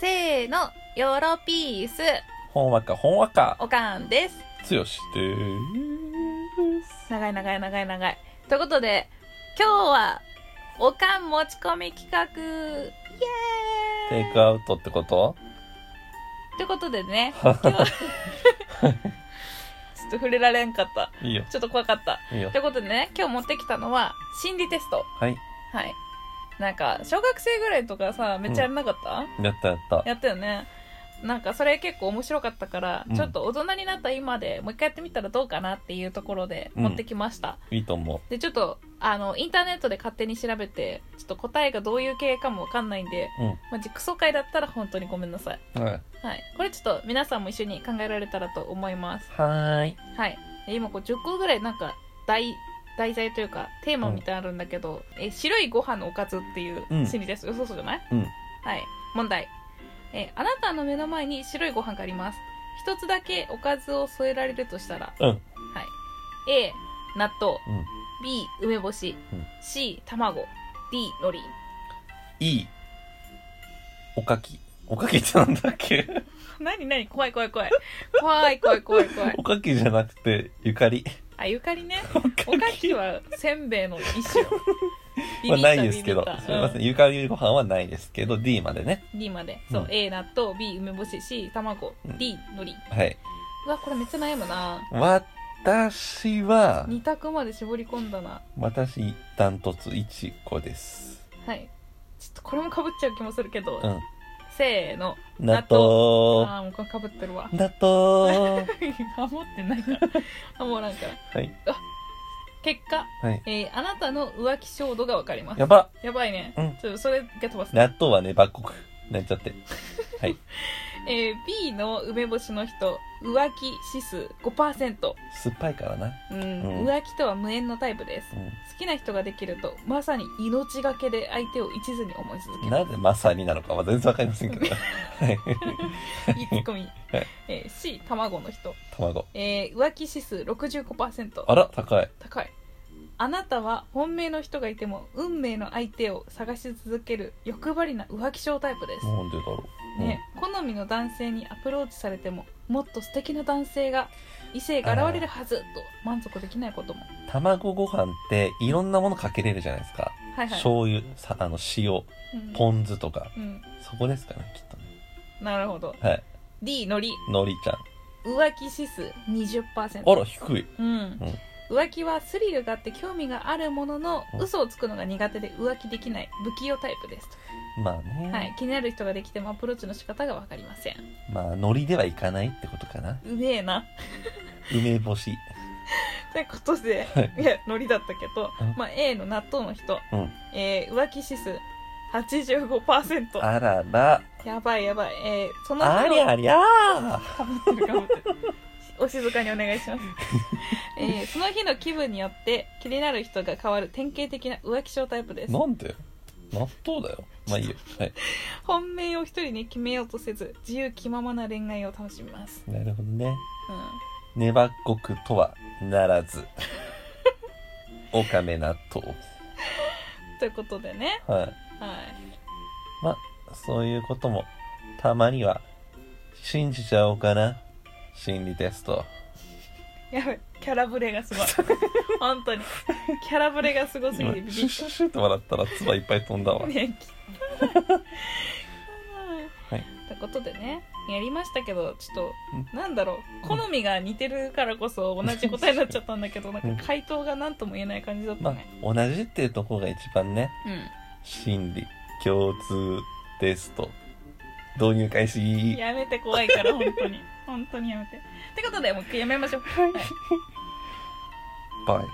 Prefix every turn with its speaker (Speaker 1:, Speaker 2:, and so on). Speaker 1: 声のヨーロピース
Speaker 2: ほんわか、ほんわか、
Speaker 1: おかんです
Speaker 2: つよしで
Speaker 1: 長い長い長い長いということで今日はおかん持ち込み企画イエ
Speaker 2: す。
Speaker 1: ーイ
Speaker 2: テイクアウトってこと
Speaker 1: ということでね今日は ちょっと触れられんかった
Speaker 2: いいよ、
Speaker 1: ちょっと怖かった
Speaker 2: いいよ
Speaker 1: とい。うことでね今日持ってきたのは心理テスト
Speaker 2: はい、
Speaker 1: はいなんか小学生ぐらいとかさめっちゃやんなかった、
Speaker 2: やったやった。
Speaker 1: やったよねなんかそれ結構面白かったから、
Speaker 2: うん
Speaker 1: ちょっと大人になった今でもう一回やってみたらどうかなっていうところで持ってきました、
Speaker 2: いいと思
Speaker 1: でちょっとあのインターネットで勝手に調べてちょっと答えがどういう系かもわかんないんで、
Speaker 2: うん
Speaker 1: まあ、クソ会だったら本当にごめんなさい、
Speaker 2: う。はい。
Speaker 1: はい、これちょっと皆さんも一緒に考えられたらと思います
Speaker 2: はーい。
Speaker 1: はいで今こう10個ぐらいなんか題題材というかテーマみたいなのあるんだけど、え白いご飯のおかずっていう
Speaker 2: うん
Speaker 1: 心理です、そうそうじゃない
Speaker 2: うん。
Speaker 1: はい、問題えーあなたの目の前に白いご飯があります一つだけおかずを添えられるとしたら、
Speaker 2: うん
Speaker 1: はい、A 納豆、
Speaker 2: うん
Speaker 1: B 梅干し、
Speaker 2: うん
Speaker 1: C 卵 D 海苔
Speaker 2: いい。おかき。おかきってなんだっけ
Speaker 1: 何何怖い怖い怖い怖い怖い怖い怖い
Speaker 2: おかきじゃなくて、ゆかり。
Speaker 1: あゆかりね
Speaker 2: おか
Speaker 1: おかきはせんべいの一 種ビビっ
Speaker 2: は
Speaker 1: た
Speaker 2: ないですけど
Speaker 1: ビビっ、た
Speaker 2: すみませ
Speaker 1: うん
Speaker 2: ん、ゆかりご飯はないですけど、D までね。
Speaker 1: D までそう、
Speaker 2: うん
Speaker 1: A 納豆 B 梅干し C 卵
Speaker 2: うん
Speaker 1: D 海苔
Speaker 2: はい。
Speaker 1: うわこれめっちゃ悩むな
Speaker 2: 私は、
Speaker 1: 二択まで絞り込んだな
Speaker 2: 私、ダントツ1個です。
Speaker 1: はい。ちょっとこれもかぶっちゃう気もするけど、
Speaker 2: うん。
Speaker 1: せーの。
Speaker 2: 納
Speaker 1: あ
Speaker 2: 豆。
Speaker 1: あー、もうこれかぶってるわ。
Speaker 2: 納豆。
Speaker 1: ハモってないから。ハモらんから。
Speaker 2: はい。
Speaker 1: 結果、
Speaker 2: はい。
Speaker 1: えーあなたの浮気衝動がわかります。
Speaker 2: やば。
Speaker 1: やばいね。
Speaker 2: うん
Speaker 1: ちょっとそれが飛ばす。
Speaker 2: 納豆はね、バッコク。なっちゃって。
Speaker 1: えー B の梅干しの人、浮気指数5%。
Speaker 2: 酸っぱいからな。
Speaker 1: うん、
Speaker 2: うん
Speaker 1: 浮気とは無縁のタイプです。
Speaker 2: う
Speaker 1: 好きな人ができると、まさに命がけで相手を一途に思い続け
Speaker 2: ん。
Speaker 1: る。
Speaker 2: なぜまさになのかは全然わかりませんけど。はい。
Speaker 1: いいツッコミ。えー C、卵の人。
Speaker 2: 卵。
Speaker 1: えー浮気指数65%。
Speaker 2: あら、高い。
Speaker 1: 高いあなたは本命の人がいても運命の相手を探し続ける欲張りな浮気症タイプです、
Speaker 2: なんでだろう。
Speaker 1: ね、好みの男性にアプローチされてももっと素敵な男性が異性が現れるはずと満足できないことも
Speaker 2: うん卵ご飯っていろんなものかけれるじゃないですか。
Speaker 1: はいはい、
Speaker 2: 醤油、さあの塩、
Speaker 1: うん
Speaker 2: ポン酢とか。
Speaker 1: うん、
Speaker 2: そこですかね、きっとね。
Speaker 1: なるほど
Speaker 2: はい。
Speaker 1: D のり
Speaker 2: のりちゃん。
Speaker 1: 浮気指数
Speaker 2: あ
Speaker 1: 20%
Speaker 2: ら、低い。
Speaker 1: うん、浮気はスリルがあって興味があるものの
Speaker 2: うん
Speaker 1: 嘘をつくのが苦手で浮気できない不器用タイプです
Speaker 2: まあね。
Speaker 1: はい、気になる人ができてもアプローチの仕方が分かりません
Speaker 2: まあ、のりではいかないってことかな。
Speaker 1: うめえ な
Speaker 2: 梅干し。
Speaker 1: ということで
Speaker 2: はい
Speaker 1: いやノリだったけど
Speaker 2: うん、
Speaker 1: まあ、A の納豆の人、
Speaker 2: うん
Speaker 1: えー浮気指数85%
Speaker 2: あらら。
Speaker 1: やばいやばい、えーその
Speaker 2: あり
Speaker 1: 日の
Speaker 2: ゃりゃー。
Speaker 1: かぶってるかぶってるお静かにお願いします、えーその日の気分によって気になる人が変わる典型的な浮気症タイプです
Speaker 2: なんで納豆だよ。まあいいよ。はい。
Speaker 1: 本命を一人に決めようとせず自由気ままな恋愛を楽しみます、
Speaker 2: なるほどね。
Speaker 1: うん
Speaker 2: ねばっこくとはな らず。おかめ納豆。
Speaker 1: ということでね、
Speaker 2: はい。
Speaker 1: はい、
Speaker 2: そういうことも、たまには、信じちゃおうかな。心理テスト。
Speaker 1: やばいキャラブレがすごい本当にキャラブレがすごすぎ
Speaker 2: 今
Speaker 1: てビビっ
Speaker 2: シュッシュッシュッって笑ったら、唾いっぱい飛んだ
Speaker 1: た
Speaker 2: わ。
Speaker 1: ね
Speaker 2: は
Speaker 1: はいいということでねやりましたけどちょっ
Speaker 2: う
Speaker 1: となんだろう好みが似てるからこそ同じ答えになっちゃったんだけ どなん
Speaker 2: うん
Speaker 1: か回答が何とも言えない感じだった
Speaker 2: まあ
Speaker 1: ね、、
Speaker 2: 同じっていうところが一番ね、心理、共通、テスト、導入開
Speaker 1: うん
Speaker 2: 始。
Speaker 1: やめて怖いから本当に本当にやめてってことでもう一回やめましょう、はい
Speaker 2: バイ。